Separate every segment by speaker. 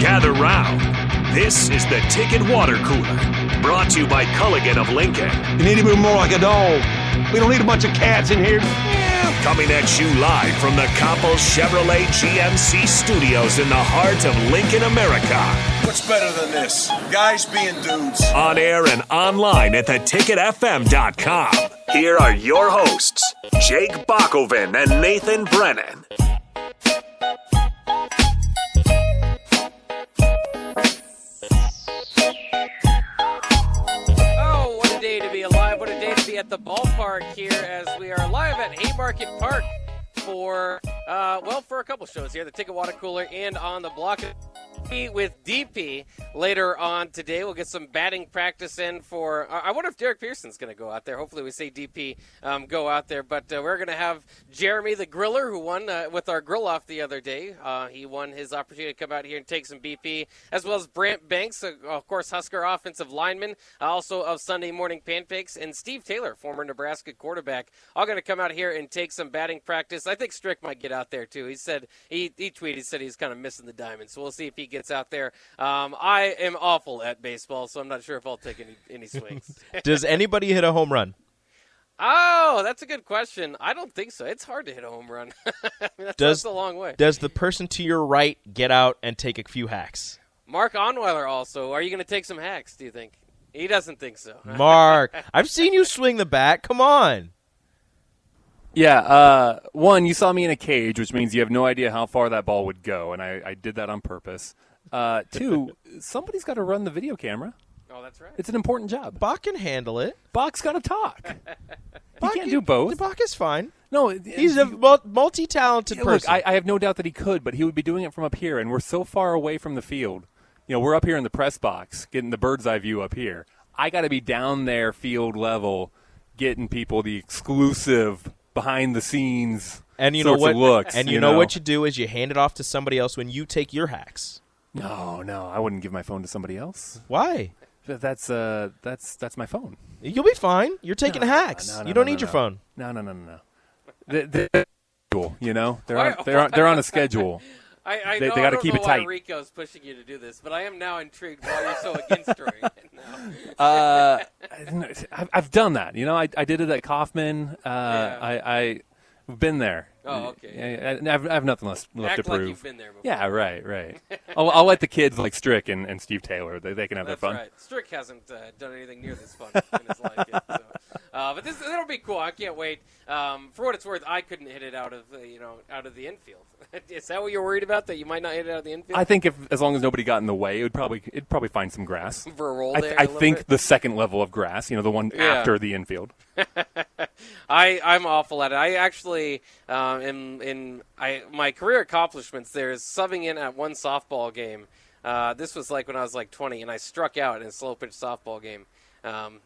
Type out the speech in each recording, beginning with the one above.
Speaker 1: Gather round. This is the Ticket Water Cooler, brought to you by Culligan of Lincoln.
Speaker 2: You need to move more like a dog. We don't need a bunch of cats in here.
Speaker 1: Coming at you live from the Copple Chevrolet GMC studios in the heart of Lincoln, America.
Speaker 3: What's better than this? Guys being dudes.
Speaker 1: On air and online at theticketfm.com. Here are your hosts, Jake Bakoven and Nathan Brennan.
Speaker 4: Oh, what a day to be alive. What a day to be at the ballpark here as we are live at Haymarket Park for, uh, well, for a couple shows here the Ticket Water Cooler and On the Block with DP later on today. We'll get some batting practice in for. uh, I I wonder if Derek Pearson's going to go out there. Hopefully, we see DP um, go out there. But uh, we're going to have Jeremy the Griller, who won uh, with our grill off the other day. Uh, he won his opportunity to come out here and take some BP, as well as Brant Banks, uh, of course, Husker offensive lineman, uh, also of Sunday Morning Pancakes, and Steve Taylor, former Nebraska quarterback, all going to come out here and take some batting practice. I think Strick might get out there too. He said he, he tweeted said he's kind of missing the diamond, so we'll see if he gets out there. Um, I am awful at baseball, so I'm not sure if I'll take any any swings.
Speaker 5: Does anybody hit a home run?
Speaker 4: oh, that's a good question. I don't think so. It's hard to hit a home run. I mean, that's,
Speaker 5: Does-
Speaker 4: that's a long way.
Speaker 5: Does the person to your right get out and take a few hacks?
Speaker 4: Mark Onweiler also. Are you going to take some hacks? Do you think? He doesn't think so.
Speaker 5: Mark, I've seen you swing the bat. Come on.
Speaker 6: Yeah, uh, one, you saw me in a cage, which means you have no idea how far that ball would go, and I, I did that on purpose. Uh, two, somebody's got to run the video camera.
Speaker 4: oh, that's right.
Speaker 6: It's an important job.
Speaker 5: Bach can handle it.
Speaker 6: Bach's got to talk. He
Speaker 5: Bach
Speaker 6: can't do both.
Speaker 5: Bach is fine.
Speaker 6: No,
Speaker 5: He's a mul- multi-talented person.
Speaker 6: look. I, I have no doubt that he could, but he would be doing it from up here, and we're so far away from the field. You know, we're up here in the press box, getting the bird's eye view up here. I got to be down there, field level, getting people the exclusive behind the scenes.
Speaker 5: and you know
Speaker 6: sorts
Speaker 5: what?
Speaker 6: Of looks,
Speaker 5: and you, know, what you do is you hand it off to somebody else when you take your hacks.
Speaker 6: No, no, I wouldn't give my phone to somebody else.
Speaker 5: Why?
Speaker 6: Th- That's uh, that's that's my phone.
Speaker 5: You'll be fine. You're taking
Speaker 6: No,
Speaker 5: hacks.
Speaker 6: no, no,
Speaker 5: you don't
Speaker 6: no,
Speaker 5: need
Speaker 6: no,
Speaker 5: your
Speaker 6: no.
Speaker 5: phone.
Speaker 6: No, no, no, no, no. They- They're schedule, you know. They're
Speaker 4: Why-
Speaker 6: on, they're on, they're on a schedule.
Speaker 4: I, I
Speaker 6: They-
Speaker 4: know,
Speaker 6: they
Speaker 4: I
Speaker 6: gotta
Speaker 4: don't
Speaker 6: keep
Speaker 4: know
Speaker 6: it
Speaker 4: why
Speaker 6: tight.
Speaker 4: Rico's pushing you to do this, but I am now intrigued why you're so against doing it now.
Speaker 6: Uh, I've, I've done that, you know. I, I did it at Kaufman. Uh,
Speaker 4: Yeah.
Speaker 6: I, I I've been there.
Speaker 4: Oh, okay.
Speaker 6: I, I, I have, I have nothing left, left
Speaker 4: Act
Speaker 6: to
Speaker 4: like
Speaker 6: prove.
Speaker 4: you've been there before.
Speaker 6: yeah, right, right. I'll, I'll let the kids like Strick and, and Steve Taylor. They, they can have
Speaker 4: That's
Speaker 6: their fun.
Speaker 4: right. Strick hasn't uh, done anything near this fun in his life yet. So. Uh, but this that'll be cool. I can't wait. Um, for what it's worth, I couldn't hit it out of the, you know out of the infield. Is that what you're worried about? That you might not hit it out of the infield
Speaker 6: I think if as long as nobody got in the way, it would probably it'd probably find some grass.
Speaker 4: for a roll
Speaker 6: I,
Speaker 4: there.
Speaker 6: I
Speaker 4: a little
Speaker 6: think
Speaker 4: bit?
Speaker 6: the second level of grass, you know, the one
Speaker 4: Yeah.
Speaker 6: after the infield.
Speaker 4: I, I'm awful at it. I actually um, in in I my career accomplishments there is subbing in at one softball game. Uh, this was like when I was like 20, and I struck out in a slow pitch softball game. Um,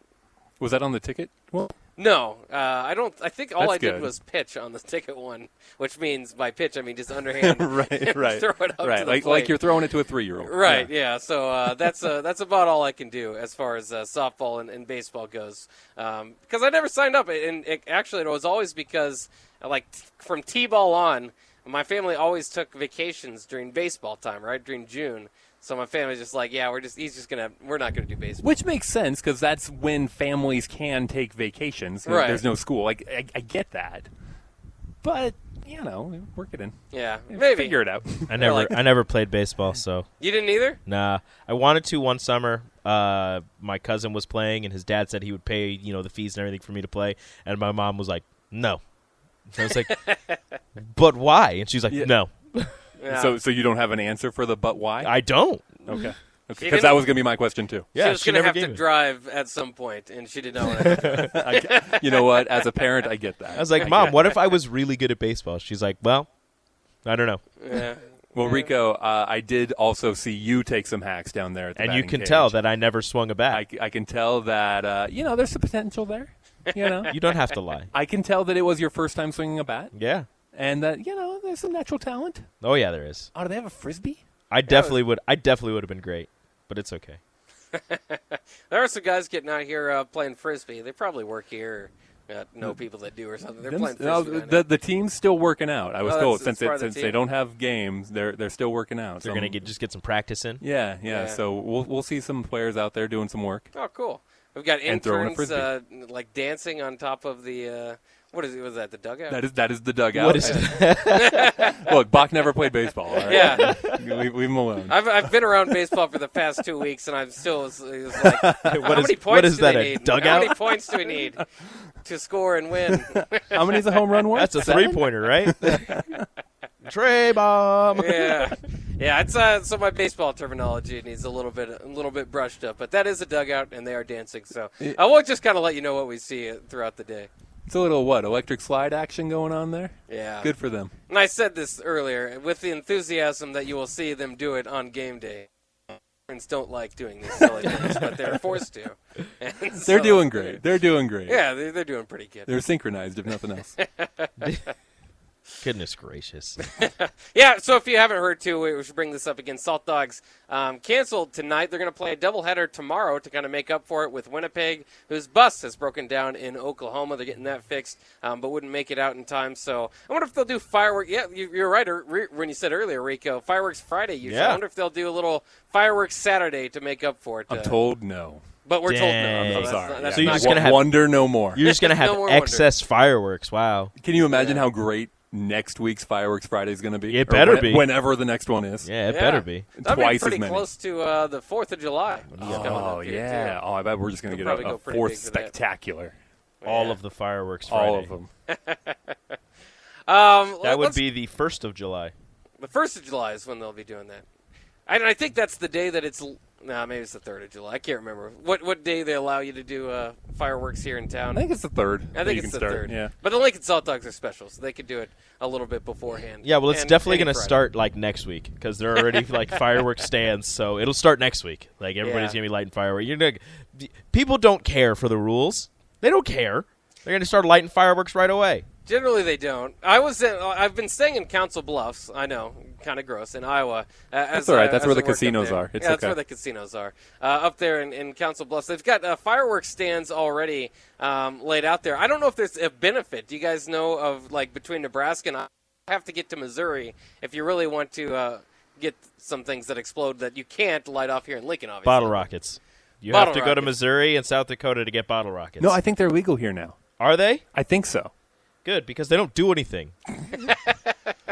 Speaker 6: Was that on the ticket? Well,
Speaker 4: no, uh, I don't. I think all
Speaker 6: That's
Speaker 4: I did
Speaker 6: good.
Speaker 4: was pitch on the ticket one, which means by pitch I mean just underhand.
Speaker 6: right, right,
Speaker 4: Throw it up
Speaker 6: right.
Speaker 4: to the
Speaker 6: like
Speaker 4: plate.
Speaker 6: like you're throwing it to a three year old.
Speaker 4: Right, yeah. So uh, that's uh, that's about all I can do as far as uh, softball and, and baseball goes, because I never signed up. And it, actually, it was always because like t- from t-ball on, my family always took vacations during baseball time, right during June. So my family's just like, yeah, we're just he's just gonna we're not gonna do baseball.
Speaker 6: Which makes sense because that's when families can take vacations.
Speaker 4: Right.
Speaker 6: There's no school. Like I, I get that, but you know, work it in.
Speaker 4: Yeah, maybe
Speaker 6: figure it out.
Speaker 5: I never,
Speaker 4: like-
Speaker 5: I never played baseball, so
Speaker 4: you didn't either.
Speaker 5: Nah, I wanted to one summer. Uh, my cousin was playing, and his dad said he would pay, you know, the fees and everything for me to play. And my mom was like, "No." And I was like, "But why?" And she's like,
Speaker 6: Yeah.
Speaker 5: "No,
Speaker 4: Yeah.
Speaker 6: So so you don't have an answer for the but why?
Speaker 5: I don't."
Speaker 6: okay. Because
Speaker 4: didn't-
Speaker 6: that was gonna be my question too.
Speaker 5: Yeah,
Speaker 4: she was
Speaker 5: she
Speaker 4: gonna
Speaker 5: never
Speaker 4: have
Speaker 5: gave
Speaker 4: to
Speaker 5: me.
Speaker 4: drive at some point, and she did not. Want to.
Speaker 6: I, you know what? As a parent, I get that.
Speaker 5: I was like, "Mom, what if I was really good at baseball?" She's like, "Well, I don't know."
Speaker 4: yeah.
Speaker 6: Well, Rico, uh, I did also see you take some hacks down there, at the
Speaker 5: And you
Speaker 6: batting
Speaker 5: can
Speaker 6: cage.
Speaker 5: tell that I never swung a
Speaker 6: I,
Speaker 5: bat.
Speaker 6: I can tell that uh, you know there's some potential there. You know,
Speaker 5: you don't have to lie.
Speaker 6: I can tell that it was your first time swinging a bat,
Speaker 5: Yeah.
Speaker 6: and that you know there's some natural talent.
Speaker 5: Oh yeah, there is.
Speaker 6: Oh, do they have a frisbee?
Speaker 5: I definitely would. I definitely would have been great, but it's okay.
Speaker 4: There are some guys getting out here uh, playing frisbee. They probably work here. uh, know people that do or something. They're
Speaker 6: Them-
Speaker 4: playing.
Speaker 6: no,
Speaker 4: Thursday night.
Speaker 6: the, the team's still working out. I was
Speaker 4: Oh, that's-
Speaker 6: told
Speaker 4: that's
Speaker 6: since
Speaker 4: part
Speaker 6: it,
Speaker 4: of the
Speaker 6: since they
Speaker 4: team.
Speaker 6: don't have games, they're they're still working out.
Speaker 5: They're
Speaker 6: So
Speaker 5: gonna
Speaker 6: I'm-
Speaker 5: get just get some practice in.
Speaker 6: Yeah, yeah,
Speaker 4: Yeah.
Speaker 6: So we'll we'll see some players out there doing some work.
Speaker 4: Oh, cool. We've got
Speaker 6: And throwing a
Speaker 4: interns uh, like dancing on top of the uh, what is it? Was that the dugout?
Speaker 6: That is that is the dugout.
Speaker 5: What is
Speaker 6: Look, Bach never played baseball. all right?
Speaker 4: Yeah.
Speaker 6: leave, leave him alone.
Speaker 4: I've, I've been around baseball for the past two weeks, and I'm still it's like, how
Speaker 5: is-
Speaker 4: many points
Speaker 5: what is
Speaker 4: do
Speaker 5: that,
Speaker 4: they
Speaker 5: a
Speaker 4: need? How
Speaker 5: dugout?
Speaker 4: many points do we need to score and win?
Speaker 6: How many's a home run worth?
Speaker 5: That's a three pointer, right? Trey bomb.
Speaker 4: yeah, yeah. It's uh, so my baseball terminology needs a little bit a little bit brushed up, but that is a dugout, and they are dancing. So I will just kind of let you know what we see uh, throughout the day.
Speaker 6: It's a little what electric slide action going on there.
Speaker 4: Yeah,
Speaker 6: Good for them.
Speaker 4: And I said this earlier with the enthusiasm that you will see them do it on game day. Friends don't like doing these silly things, but they're forced to. And so-
Speaker 6: They're doing great. They're doing great.
Speaker 4: Yeah, they're, they're doing pretty good.
Speaker 6: They're synchronized, if nothing else.
Speaker 5: Goodness gracious.
Speaker 4: Yeah, so if you haven't heard too, we we should bring this up again. Salt Dogs um, canceled tonight. They're going to play a doubleheader tomorrow to kind of make up for it with Winnipeg, whose bus has broken down in Oklahoma. They're getting that fixed, um, but wouldn't make it out in time. So I wonder if they'll do firework. Yeah, you, you're right. er- re- When you said earlier, Rico, fireworks Friday. Usually, I
Speaker 5: Yeah.
Speaker 4: wonder if they'll do a little fireworks Saturday to make up for it.
Speaker 6: I'm
Speaker 4: uh,
Speaker 6: told no.
Speaker 4: but we're
Speaker 5: Dang.
Speaker 4: told
Speaker 5: I'm
Speaker 4: no. So
Speaker 6: Sorry.
Speaker 4: That's, that's
Speaker 5: So you're
Speaker 4: not
Speaker 5: just gonna
Speaker 6: Wo-
Speaker 5: have-
Speaker 6: wonder no more.
Speaker 5: You're just gonna have
Speaker 4: No more wondering.
Speaker 5: excess fireworks. Wow.
Speaker 6: Can you imagine how great next week's Fireworks Friday is going to be?
Speaker 5: It
Speaker 6: Or
Speaker 5: better
Speaker 6: when-
Speaker 5: be.
Speaker 6: Whenever the next one is.
Speaker 5: Yeah, it
Speaker 4: Yeah.
Speaker 5: better be.
Speaker 4: That'd be
Speaker 6: Twice as
Speaker 4: pretty
Speaker 6: many.
Speaker 4: close to uh, the Fourth of July. which is coming up
Speaker 6: Oh
Speaker 4: here, too.
Speaker 6: yeah. Oh, I bet we're just going to
Speaker 4: They'll
Speaker 6: get
Speaker 4: probably
Speaker 6: a,
Speaker 4: go
Speaker 6: a
Speaker 4: pretty
Speaker 6: fourth
Speaker 4: big for that.
Speaker 6: spectacular.
Speaker 5: All
Speaker 4: Yeah.
Speaker 5: of the fireworks. Friday.
Speaker 6: All of them.
Speaker 4: Um,
Speaker 5: That would
Speaker 4: let's
Speaker 5: be the first of July.
Speaker 4: The first of July is when they'll be doing that. I, I think that's the day that it's. Nah, maybe it's the third of July. I can't remember what what day they allow you to do uh, fireworks here in town.
Speaker 6: I think it's the third.
Speaker 4: I
Speaker 6: that
Speaker 4: think
Speaker 6: you
Speaker 4: it's the
Speaker 6: can start.
Speaker 4: third.
Speaker 6: Yeah.
Speaker 4: But the Lincoln Salt Dogs are special, so they could do it a little bit beforehand.
Speaker 5: Yeah, well, it's
Speaker 4: And
Speaker 5: definitely
Speaker 4: any
Speaker 5: going to
Speaker 4: Friday.
Speaker 5: start like next week because there are already like fireworks stands, so it'll start next week. Like
Speaker 4: Yeah.
Speaker 5: everybody's going to be lighting fireworks. You're gonna, people don't care for the rules. They don't care. They're going to start lighting fireworks right away.
Speaker 4: Generally, they don't. I was in, uh, I've been staying in Council Bluffs. I know, kind of gross in Iowa. Uh, that's
Speaker 6: all right. That's where the casinos
Speaker 4: casinos
Speaker 6: are. It's
Speaker 4: yeah, that's
Speaker 6: okay.
Speaker 4: where the casinos are. Uh, up there in, in Council Bluffs, they've got uh, fireworks stands already um, laid out there. I don't know if there's a benefit. Do you guys know of like between Nebraska and I have to get to Missouri if you really want to uh, get some things that explode that you can't light off here in Lincoln? Obviously,
Speaker 5: Bottle rockets. You
Speaker 4: Bottle
Speaker 5: have to go to
Speaker 4: rockets.
Speaker 5: Missouri and South Dakota to get bottle rockets.
Speaker 6: No, I think they're legal here now.
Speaker 5: are they
Speaker 6: I think so.
Speaker 5: good because they don't do anything.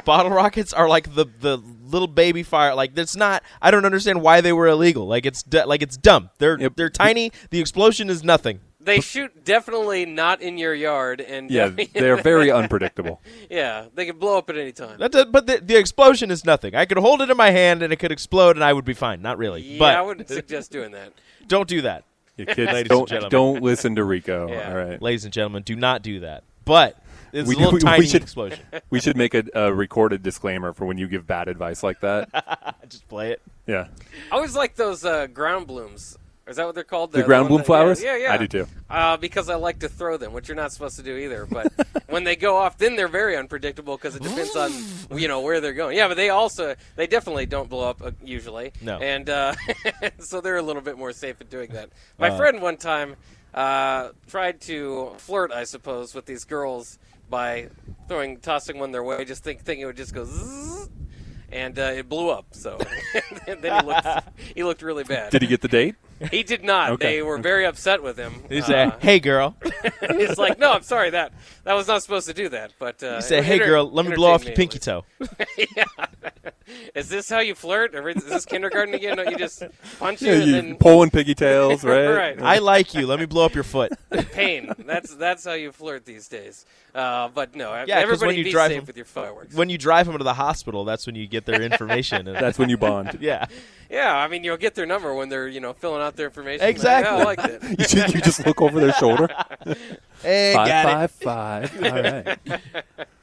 Speaker 5: bottle rockets are like the the little baby fire. Like it's not. I don't understand why they were illegal. Like it's du- like it's dumb. They're
Speaker 6: Yep.
Speaker 5: they're tiny. The explosion is nothing.
Speaker 4: They shoot definitely not in your yard, and
Speaker 6: Yeah, they're very unpredictable.
Speaker 4: yeah, they can blow up at any time.
Speaker 5: That, that- but the, the explosion is nothing. I could hold it in my hand and it could explode and I would be fine. Not really.
Speaker 4: Yeah,
Speaker 5: but
Speaker 4: I wouldn't suggest doing that.
Speaker 5: don't do that.
Speaker 6: Your kids
Speaker 5: and
Speaker 6: don't
Speaker 5: gentlemen.
Speaker 6: don't listen to Rico.
Speaker 4: Yeah.
Speaker 6: All right.
Speaker 5: Ladies and gentlemen, do not do that. But it's
Speaker 6: We
Speaker 5: a little
Speaker 6: do- we
Speaker 5: tiny
Speaker 6: should-
Speaker 5: explosion.
Speaker 6: We should make a, a recorded disclaimer for when you give bad advice like that.
Speaker 5: Just play it.
Speaker 6: Yeah.
Speaker 4: I always like those uh, ground blooms. Is that what they're called? Uh,
Speaker 6: The ground
Speaker 4: one
Speaker 6: bloom flowers?
Speaker 4: Yeah, yeah, yeah.
Speaker 6: I do too.
Speaker 4: Uh, because I like to throw them, which you're not supposed to do either. But when they go off, then they're very unpredictable because it depends on you know where they're going. Yeah, but they also they definitely don't blow up uh, usually.
Speaker 5: No.
Speaker 4: and uh, so they're a little bit more safe at doing that. My friend one time uh, tried to flirt, I suppose, with these girls by throwing tossing one their way, just think, thinking it would just go. Zzz, and uh, it blew up. So and then he looked he looked really bad.
Speaker 6: Did he get the date?
Speaker 4: He did not.
Speaker 6: Okay.
Speaker 4: They were very upset with him.
Speaker 5: You say,
Speaker 4: uh,
Speaker 5: hey, girl.
Speaker 4: he's like, no, I'm sorry that that was not supposed to do that. But uh,
Speaker 5: You say,
Speaker 4: it
Speaker 5: hey,
Speaker 4: enter-
Speaker 5: girl, let me blow off your
Speaker 4: entertained
Speaker 5: pinky toe.
Speaker 4: me at least. Is this how you flirt? Or is this kindergarten again? Don't you just punch
Speaker 6: Yeah,
Speaker 4: you and
Speaker 6: you
Speaker 4: then
Speaker 6: pulling pigtails, right?
Speaker 4: right?
Speaker 5: I like you. Let me blow up your foot.
Speaker 4: pain. That's that's how you flirt these days. Uh, but no,
Speaker 5: Yeah, 'cause
Speaker 4: everybody
Speaker 5: when you
Speaker 4: be
Speaker 5: drive
Speaker 4: safe
Speaker 5: them-
Speaker 4: with your fireworks.
Speaker 5: When you drive them to the hospital, that's when you get their information. And-
Speaker 6: That's when you bond.
Speaker 5: yeah.
Speaker 4: yeah, I mean you'll get their number when they're you know filling out their information. Like,
Speaker 5: Exactly.
Speaker 4: yeah, I like that.
Speaker 6: You, ju- you just look over their shoulder.
Speaker 5: Hey, got it.
Speaker 6: Five, five, five. All right.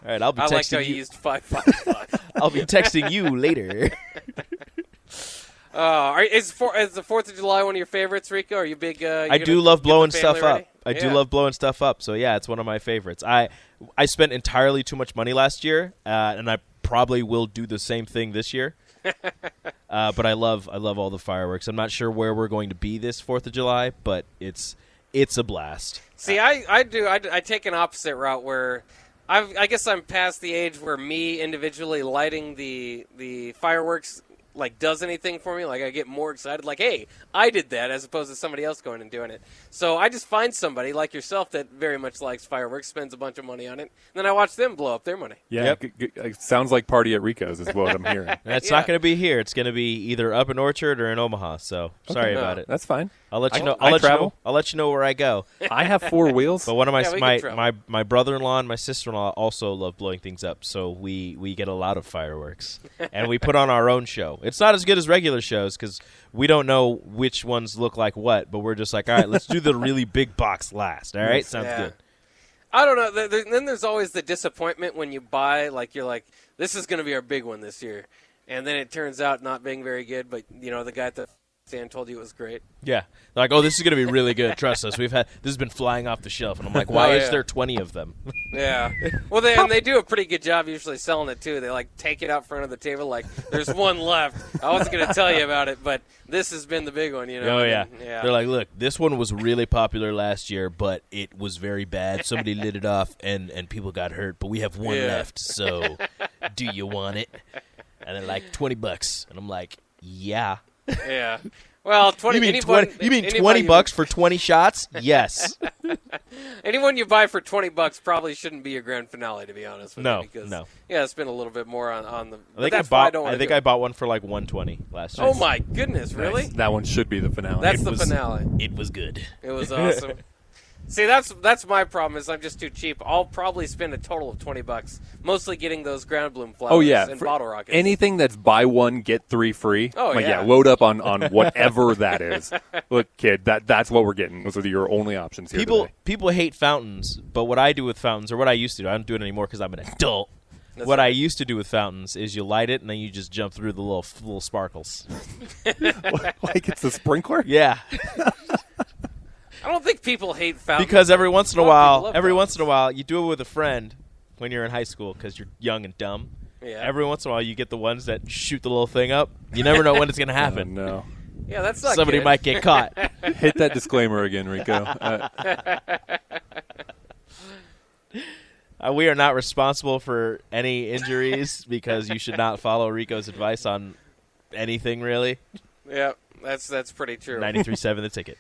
Speaker 5: All right, I'll be
Speaker 4: I like how
Speaker 5: texting
Speaker 4: you
Speaker 5: you.
Speaker 4: used five five five.
Speaker 5: I'll be texting you later.
Speaker 4: Uh, are, is, for, is the Fourth of July one of your favorites, Rico? Are you big? Uh,
Speaker 5: I
Speaker 4: you
Speaker 5: do
Speaker 4: gonna
Speaker 5: love
Speaker 4: get the
Speaker 5: blowing
Speaker 4: family
Speaker 5: stuff
Speaker 4: ready?
Speaker 5: up. I do
Speaker 4: Yeah.
Speaker 5: love blowing stuff up. So yeah, it's one of my favorites. I I spent entirely too much money last year, uh, and I probably will do the same thing this year. uh, but I love I love all the fireworks. I'm not sure where we're going to be this Fourth of July, but it's It's a blast.
Speaker 4: See, I, I do. I, I take an opposite route where I've, I guess I'm past the age where me individually lighting the the fireworks like does anything for me. Like I get more excited. Like, hey, I did that as opposed to somebody else going and doing it. So I just find somebody like yourself that very much likes fireworks, spends a bunch of money on it, and then I watch them blow up their money.
Speaker 6: Yeah,
Speaker 5: Yep.
Speaker 6: g- g- it sounds like party at Rico's is what I'm hearing.
Speaker 5: And it's
Speaker 4: Uh, Yeah.
Speaker 5: not going to be here. It's going to be either up in Orchard or in Omaha. So sorry
Speaker 4: No.
Speaker 5: about it.
Speaker 6: That's fine.
Speaker 5: I'll let you
Speaker 6: I-
Speaker 5: know.
Speaker 6: I
Speaker 5: I'll let you know.
Speaker 6: travel.
Speaker 5: I'll let you know where I go.
Speaker 6: I have four wheels.
Speaker 5: But one of my
Speaker 4: Yeah, we
Speaker 5: my,
Speaker 4: can travel.
Speaker 5: my my brother-in-law and my sister-in-law also love blowing things up, so we we get a lot of fireworks, and we put on our own show. It's not as good as regular shows because we don't know which ones look like what, but we're just like, all right, let's do the really big box last. All right, sounds
Speaker 4: Yeah.
Speaker 5: good.
Speaker 4: I don't know. There, there, then there's always the disappointment when you buy, like you're like, this is going to be our big one this year, and then it turns out not being very good. But you know, the guy at the stand told you it was great.
Speaker 5: Yeah, They're like oh, this is gonna be really good. Trust us, we've had this has been flying off the shelf, and I'm like, why
Speaker 4: Oh,
Speaker 5: is
Speaker 4: yeah.
Speaker 5: there twenty of them?
Speaker 4: Yeah. Well, they and they do a pretty good job usually selling it too. They like take it out front of the table, like there's one left. I wasn't going to tell you about it, but this has been the big one, you know.
Speaker 5: Oh
Speaker 4: And
Speaker 5: yeah.
Speaker 4: then- yeah.
Speaker 5: They're like, look, this one was really popular last year, but it was very bad. Somebody lit it off, and and people got hurt. But we have one
Speaker 4: Yeah.
Speaker 5: left, so do you want it? And they're like twenty bucks, and I'm like, yeah.
Speaker 4: yeah. Well, twenty.
Speaker 5: You mean
Speaker 4: anyone,
Speaker 5: twenty? You mean
Speaker 4: anybody
Speaker 5: twenty bucks for twenty shots? Yes.
Speaker 4: Anyone you buy for twenty bucks probably shouldn't be your grand finale, to be honest. With
Speaker 5: No,
Speaker 4: you, because,
Speaker 5: no.
Speaker 4: Yeah, it's been a little bit more on on the.
Speaker 5: I think I
Speaker 4: that's why I
Speaker 5: bought.
Speaker 4: don't
Speaker 5: I,
Speaker 4: wanna
Speaker 5: think
Speaker 4: do
Speaker 5: I
Speaker 4: it.
Speaker 5: bought one for like one twenty last year.
Speaker 4: Oh my goodness! Really?
Speaker 6: That one should be the finale.
Speaker 4: That's
Speaker 6: It
Speaker 4: the
Speaker 6: was-
Speaker 4: finale.
Speaker 5: It was good.
Speaker 4: It was awesome. See, that's that's my problem is I'm just too cheap. I'll probably spend a total of twenty bucks, mostly getting those ground bloom flowers
Speaker 6: Oh yeah,
Speaker 4: and
Speaker 6: For
Speaker 4: bottle rockets.
Speaker 6: Anything that's buy one get three free.
Speaker 4: Oh,
Speaker 6: Like,
Speaker 4: yeah.
Speaker 6: Load up on on whatever that is. Look, kid, that that's what we're getting. Those are your only options here.
Speaker 5: people
Speaker 6: today.
Speaker 5: people hate fountains, but what I do with fountains, or what I used to do, I don't do it anymore because I'm an adult. what I used to do with fountains is you light it and then you just jump through the little little sparkles.
Speaker 6: like it's a sprinkler.
Speaker 5: Yeah,
Speaker 4: I don't think people hate fountains
Speaker 5: because every once in a
Speaker 4: Some people
Speaker 5: while,
Speaker 4: love
Speaker 5: every
Speaker 4: fountains.
Speaker 5: once in a while, you do it with a friend when you're in high school because you're young and dumb.
Speaker 4: Yeah.
Speaker 5: Every once in a while, you get the ones that shoot the little thing up. You never know when it's gonna
Speaker 6: Oh,
Speaker 5: happen.
Speaker 6: no.
Speaker 4: Yeah, that's not
Speaker 5: Somebody
Speaker 4: good.
Speaker 5: might get caught.
Speaker 6: Hit that disclaimer again, Rico. Uh,
Speaker 5: Uh, we are not responsible for any injuries because you should not follow Rico's advice on anything really.
Speaker 4: Yeah, that's that's pretty true.
Speaker 5: 93.7 the ticket.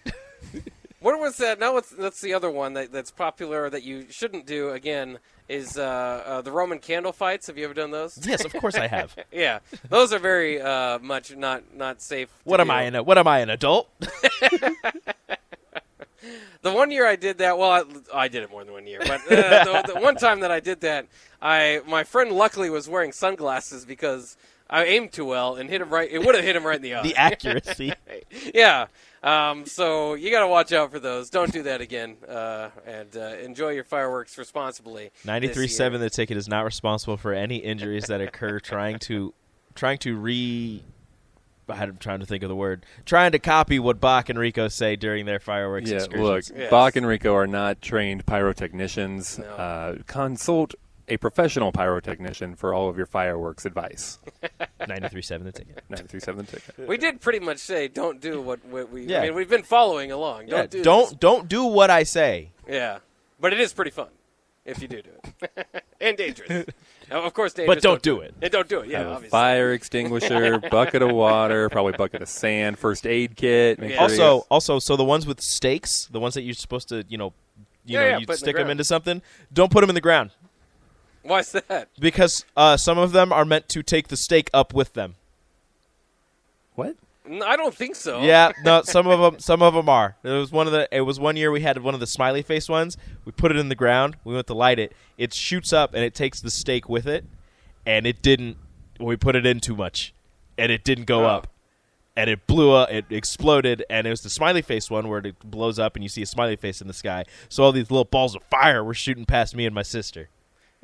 Speaker 4: What was that? No, what's, that's the other one that, that's popular that you shouldn't do again is uh, uh, the Roman candle fights. Have you ever done those?
Speaker 5: yes, of course I have.
Speaker 4: yeah, those are very uh, much not not safe. to
Speaker 5: What am
Speaker 4: do.
Speaker 5: I? An, what am I? An adult?
Speaker 4: The one year I did that, well, I, I did it more than one year, but uh, the, the one time that I did that, I my friend luckily was wearing sunglasses because I aimed too well and hit him right. It would have hit him right in the eye.
Speaker 5: the accuracy.
Speaker 4: yeah. Um, so you got to watch out for those. Don't do that again. Uh, and uh, enjoy your fireworks responsibly. this
Speaker 5: Ninety-three-seven.
Speaker 4: year.
Speaker 5: The ticket is not responsible for any injuries that occur trying to, trying to re. I'm trying to think of the word. Trying to copy what Bach and Rico say during their fireworks
Speaker 6: yeah, look,
Speaker 5: excursions.
Speaker 4: Yes.
Speaker 6: Bach and Rico are not trained pyrotechnicians. Uh, consult a professional pyrotechnician for all of your fireworks advice.
Speaker 5: Ninety-three-seven. The ticket.
Speaker 6: 937 ticket.
Speaker 4: We did pretty much say don't do what, what we.
Speaker 5: Yeah.
Speaker 4: I mean, we've been following along. Don't
Speaker 5: Yeah,
Speaker 4: do.
Speaker 5: don't don't do what I say.
Speaker 4: this. Yeah. But it is pretty fun if you do do it, and dangerous. Now, of course, dangerous.
Speaker 5: But don't do it.
Speaker 4: And don't do it. Yeah,
Speaker 6: Have a
Speaker 4: obviously.
Speaker 6: fire extinguisher, bucket of water, probably bucket of sand, first aid kit. Make
Speaker 4: Yeah.
Speaker 6: sure you-
Speaker 5: Also, also, so the ones with stakes, the ones that you're supposed to, you know, you
Speaker 4: Yeah, yeah,
Speaker 5: know,
Speaker 4: put in
Speaker 5: you
Speaker 4: the
Speaker 5: stick them
Speaker 4: ground.
Speaker 5: into something. Don't put them in the ground
Speaker 4: Why's that?
Speaker 5: because uh, some of them are meant to take the stake up with them.
Speaker 6: what?
Speaker 4: N- I don't think so.
Speaker 5: Yeah, no, some of them, some of them are. It was one of the. It was one year we had one of the smiley face ones. We put it in the ground. We went to light it. It shoots up and it takes the stake with it, and it didn't. We put it in too much, and it didn't go up, and it blew up. It exploded, and it was the smiley face one where it blows up and you see a smiley face in the sky. So all these little balls of fire were shooting past me and my sister.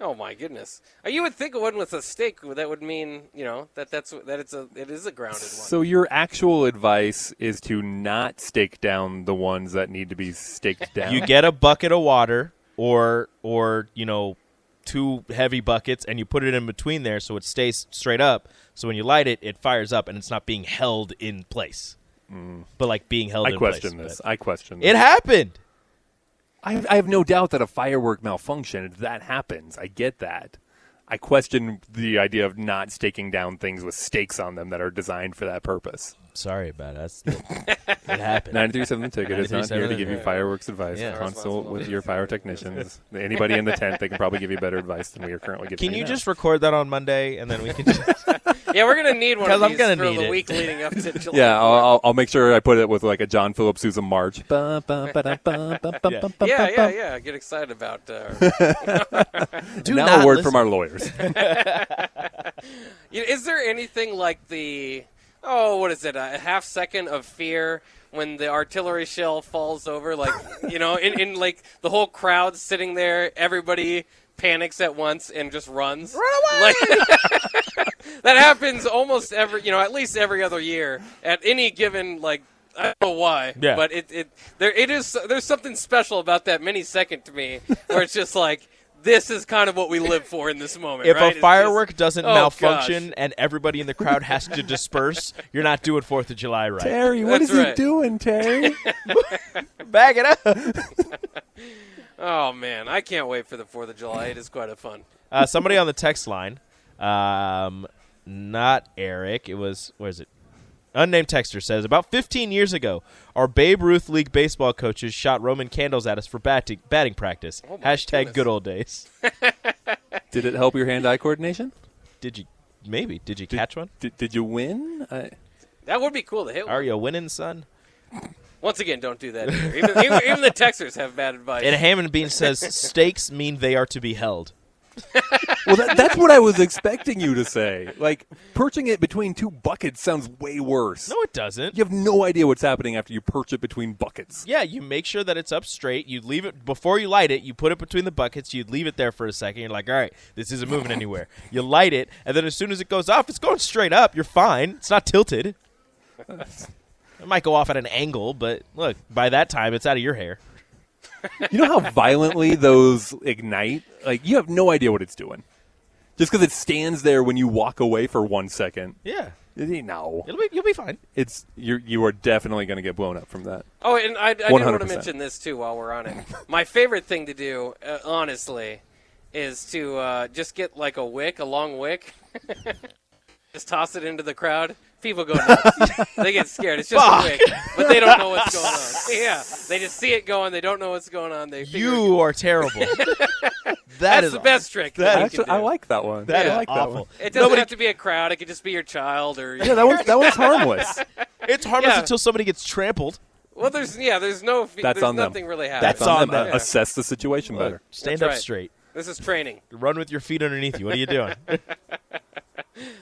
Speaker 4: Oh my goodness! Uh, You would think of one with a stake that would mean you know that that's that it's a it is a grounded one.
Speaker 6: So your actual advice is to not stake down the ones that need to be staked down.
Speaker 5: You get a bucket of water or or you know two heavy buckets and you put it in between there so it stays straight up. So when you light it, it fires up and it's not being held in place. But like being held
Speaker 6: I
Speaker 5: in
Speaker 6: question
Speaker 5: place.
Speaker 6: this.
Speaker 5: but-
Speaker 6: I question this.
Speaker 5: It happened.
Speaker 6: I have, I have no doubt that a firework malfunction that happens. I get that. I question the idea of not staking down things with stakes on them that are designed for that purpose.
Speaker 5: Sorry about us. It happened.
Speaker 6: 937 the ticket is not here to
Speaker 5: 937,
Speaker 6: give you
Speaker 5: right.
Speaker 6: fireworks advice.
Speaker 5: Yeah.
Speaker 6: Consult with your pyrotechnicians. Anybody in the tent, they can probably give you better advice than we are currently giving.
Speaker 5: Can you
Speaker 6: now.
Speaker 5: just record that on Monday and then we can? Just,
Speaker 4: Yeah, we're gonna need one of
Speaker 5: 'Cause I'm
Speaker 4: these
Speaker 5: gonna
Speaker 4: for
Speaker 5: need
Speaker 4: the
Speaker 5: it.
Speaker 4: week leading up to July.
Speaker 6: Yeah, I'll, I'll, I'll make sure I put it with like a John Philip Sousa march. Ba, ba, ba, da, ba, ba, ba, ba, ba,
Speaker 4: yeah,
Speaker 6: ba,
Speaker 4: yeah,
Speaker 6: ba.
Speaker 4: yeah. Get excited about. Uh,
Speaker 5: do
Speaker 6: now
Speaker 5: not
Speaker 6: a word
Speaker 5: listen.
Speaker 6: from our lawyers.
Speaker 4: You know, Is there anything like the oh, what is it? A half second of fear when the artillery shell falls over, like you know, in, in like the whole crowd sitting there, everybody panics at once and just runs. Run away! that happens almost every, you know, at least every other year at any given like. I don't know why,
Speaker 5: Yeah.
Speaker 4: but it, it there it is. There's something special about that mini second to me, where it's just like this is kind of what we live for in this moment.
Speaker 5: If
Speaker 4: right? It's
Speaker 5: a
Speaker 4: just-
Speaker 5: firework doesn't
Speaker 4: oh,
Speaker 5: malfunction
Speaker 4: gosh.
Speaker 5: and everybody in the crowd has to disperse, you're not doing Fourth of July right.
Speaker 6: Terry, what
Speaker 4: That's
Speaker 6: is he
Speaker 4: right.
Speaker 6: doing, Terry?
Speaker 5: Back it up.
Speaker 4: Oh man, I can't wait for the Fourth of July. It is quite a fun.
Speaker 5: Uh, somebody on the text line, um, not Eric. It was where is it? Unnamed texter says about 15 years ago, our Babe Ruth League baseball coaches shot Roman candles at us for batting, batting practice. Hashtag good old days.
Speaker 6: Did it help your hand-eye coordination?
Speaker 5: Did you maybe? Did you catch one?
Speaker 6: Did, did you win? I,
Speaker 4: That would be cool to hit.
Speaker 5: Are you winning, son?
Speaker 4: Once again, don't do that. Either. Even, even, even the Texers have bad advice.
Speaker 5: And Hammond Bean says stakes mean they are to be held.
Speaker 6: well, that, that's what I was expecting you to say. Like perching it between two buckets sounds way worse.
Speaker 5: No, it doesn't.
Speaker 6: You have no idea what's happening after you perch it between buckets.
Speaker 5: Yeah, you make sure that it's up straight. You leave it before you light it. You put it between the buckets. You leave it there for a second. You're like, all right, this isn't moving anywhere. You light it, and then as soon as it goes off, it's going straight up. You're fine. It's not tilted. It might go off at an angle, but look, by that time, it's out of your hair.
Speaker 6: You know how violently those ignite? Like you have no idea what it's doing. Just because it stands there when you walk away for one second,
Speaker 5: Yeah,
Speaker 6: It- no,
Speaker 5: it'll be you'll be fine.
Speaker 6: it's you. You are definitely going to get blown up from that.
Speaker 4: oh, and I, I did want to
Speaker 6: 100%.
Speaker 4: mention this too while we're on it. My favorite thing to do, uh, honestly, is to uh, just get like a wick, a long wick, just toss it into the crowd. People go nuts. they get scared. It's just a wick, but they don't know what's going on. Yeah, they just see it going. They don't know what's going on. They figure
Speaker 5: You are terrible.
Speaker 4: That's the best trick. That you
Speaker 6: Actually,
Speaker 4: can do.
Speaker 6: I like that one.
Speaker 5: That
Speaker 6: I
Speaker 5: is
Speaker 6: like that one.
Speaker 5: awful.
Speaker 4: It doesn't have to be a crowd. It could just be your child or
Speaker 6: Yeah, that one's that one's harmless.
Speaker 5: It's harmless
Speaker 4: Yeah.
Speaker 5: until somebody gets trampled.
Speaker 4: well. There's yeah. There's no. fe-
Speaker 6: That's
Speaker 4: there's
Speaker 6: on them.
Speaker 4: nothing really happening.
Speaker 5: That's on them.
Speaker 4: Yeah.
Speaker 6: Assess the situation better.
Speaker 5: Stand
Speaker 4: That's
Speaker 5: up
Speaker 4: right.
Speaker 5: straight.
Speaker 4: This is training.
Speaker 5: Run with your feet underneath you. What are you doing?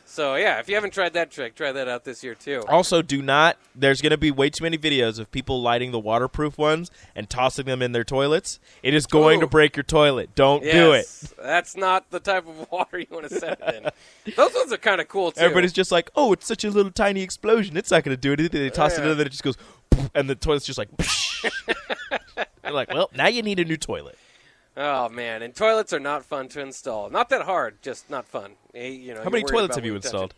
Speaker 4: So yeah, if you haven't tried that trick, try that out this year too.
Speaker 5: Also, do not. There's going to be way too many videos of people lighting the waterproof ones and tossing them in their toilets. It is going to
Speaker 4: Ooh.
Speaker 5: break your toilet. Don't
Speaker 4: Yes,
Speaker 5: do it.
Speaker 4: That's not the type of water you want to set it in. Those ones are kind of cool too.
Speaker 5: Everybody's just like, oh, it's such a little tiny explosion. It's not going to do anything. They toss it in,
Speaker 4: Yeah.
Speaker 5: and then it just goes, poof, and the toilet's just like. You're like, well, now you need a new toilet.
Speaker 4: oh man, and toilets are not fun to install. Not that hard, just not fun. Eh, You know,
Speaker 5: How many toilets have you installed?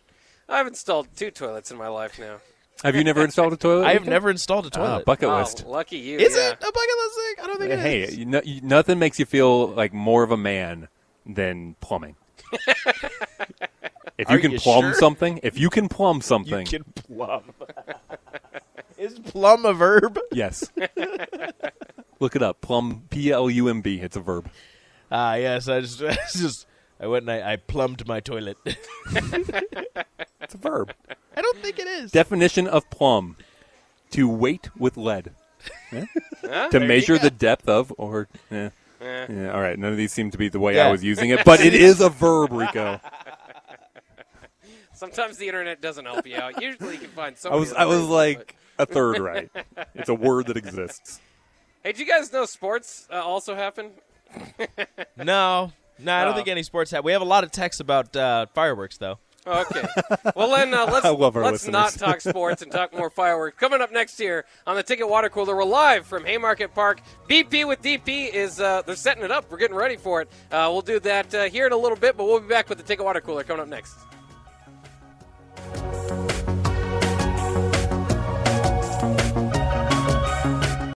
Speaker 4: I've installed two toilets in my life now.
Speaker 6: Have you never installed a toilet?
Speaker 5: I have never installed a
Speaker 6: Ah,
Speaker 5: toilet.
Speaker 6: bucket
Speaker 4: Oh,
Speaker 6: list.
Speaker 4: lucky you.
Speaker 5: is
Speaker 4: yeah.
Speaker 5: it a bucket list thing? I don't think it
Speaker 6: Hey,
Speaker 5: is.
Speaker 6: you know, you, nothing makes you feel like more of a man than plumbing. if you
Speaker 5: Are
Speaker 6: can
Speaker 5: you
Speaker 6: plumb
Speaker 5: sure?
Speaker 6: something, if you can plumb
Speaker 5: you
Speaker 6: something,
Speaker 5: can plumb. is plumb a verb?
Speaker 6: yes. Look it up. Plumb. P L U M B. It's a verb.
Speaker 5: Ah, yes. I just, I just, I went and I, I plumbed my toilet.
Speaker 6: It's a verb.
Speaker 5: I don't think it is.
Speaker 6: Definition of plumb: to weight with lead. Yeah?
Speaker 4: Huh?
Speaker 6: to
Speaker 4: There you
Speaker 6: measure
Speaker 4: go.
Speaker 6: the depth of, or eh.
Speaker 4: Eh.
Speaker 6: Yeah, all right. None of these seem to be the way
Speaker 5: Yeah.
Speaker 6: I was using it, but it is a verb, Rico.
Speaker 4: Sometimes the internet doesn't help you out. Usually, you can find
Speaker 6: I
Speaker 4: somebody.
Speaker 6: was
Speaker 4: that
Speaker 6: I was
Speaker 4: knows, but-
Speaker 6: like a third right. It's a word that exists.
Speaker 4: Hey, do you guys know sports uh, also happen?
Speaker 5: No, no, I
Speaker 4: Oh.
Speaker 5: don't think any sports have. We have a lot of texts about uh, fireworks, though.
Speaker 4: Oh, okay. Well, then uh, let's
Speaker 6: I love our
Speaker 4: let's not
Speaker 6: listeners.
Speaker 4: talk sports and talk more fireworks. Coming up next year on the Ticket Water Cooler, we're live from Haymarket Park. BP with DP is uh, they're setting it up. We're getting ready for it. Uh, we'll do that uh, here in a little bit, but we'll be back with the Ticket Water Cooler coming up next.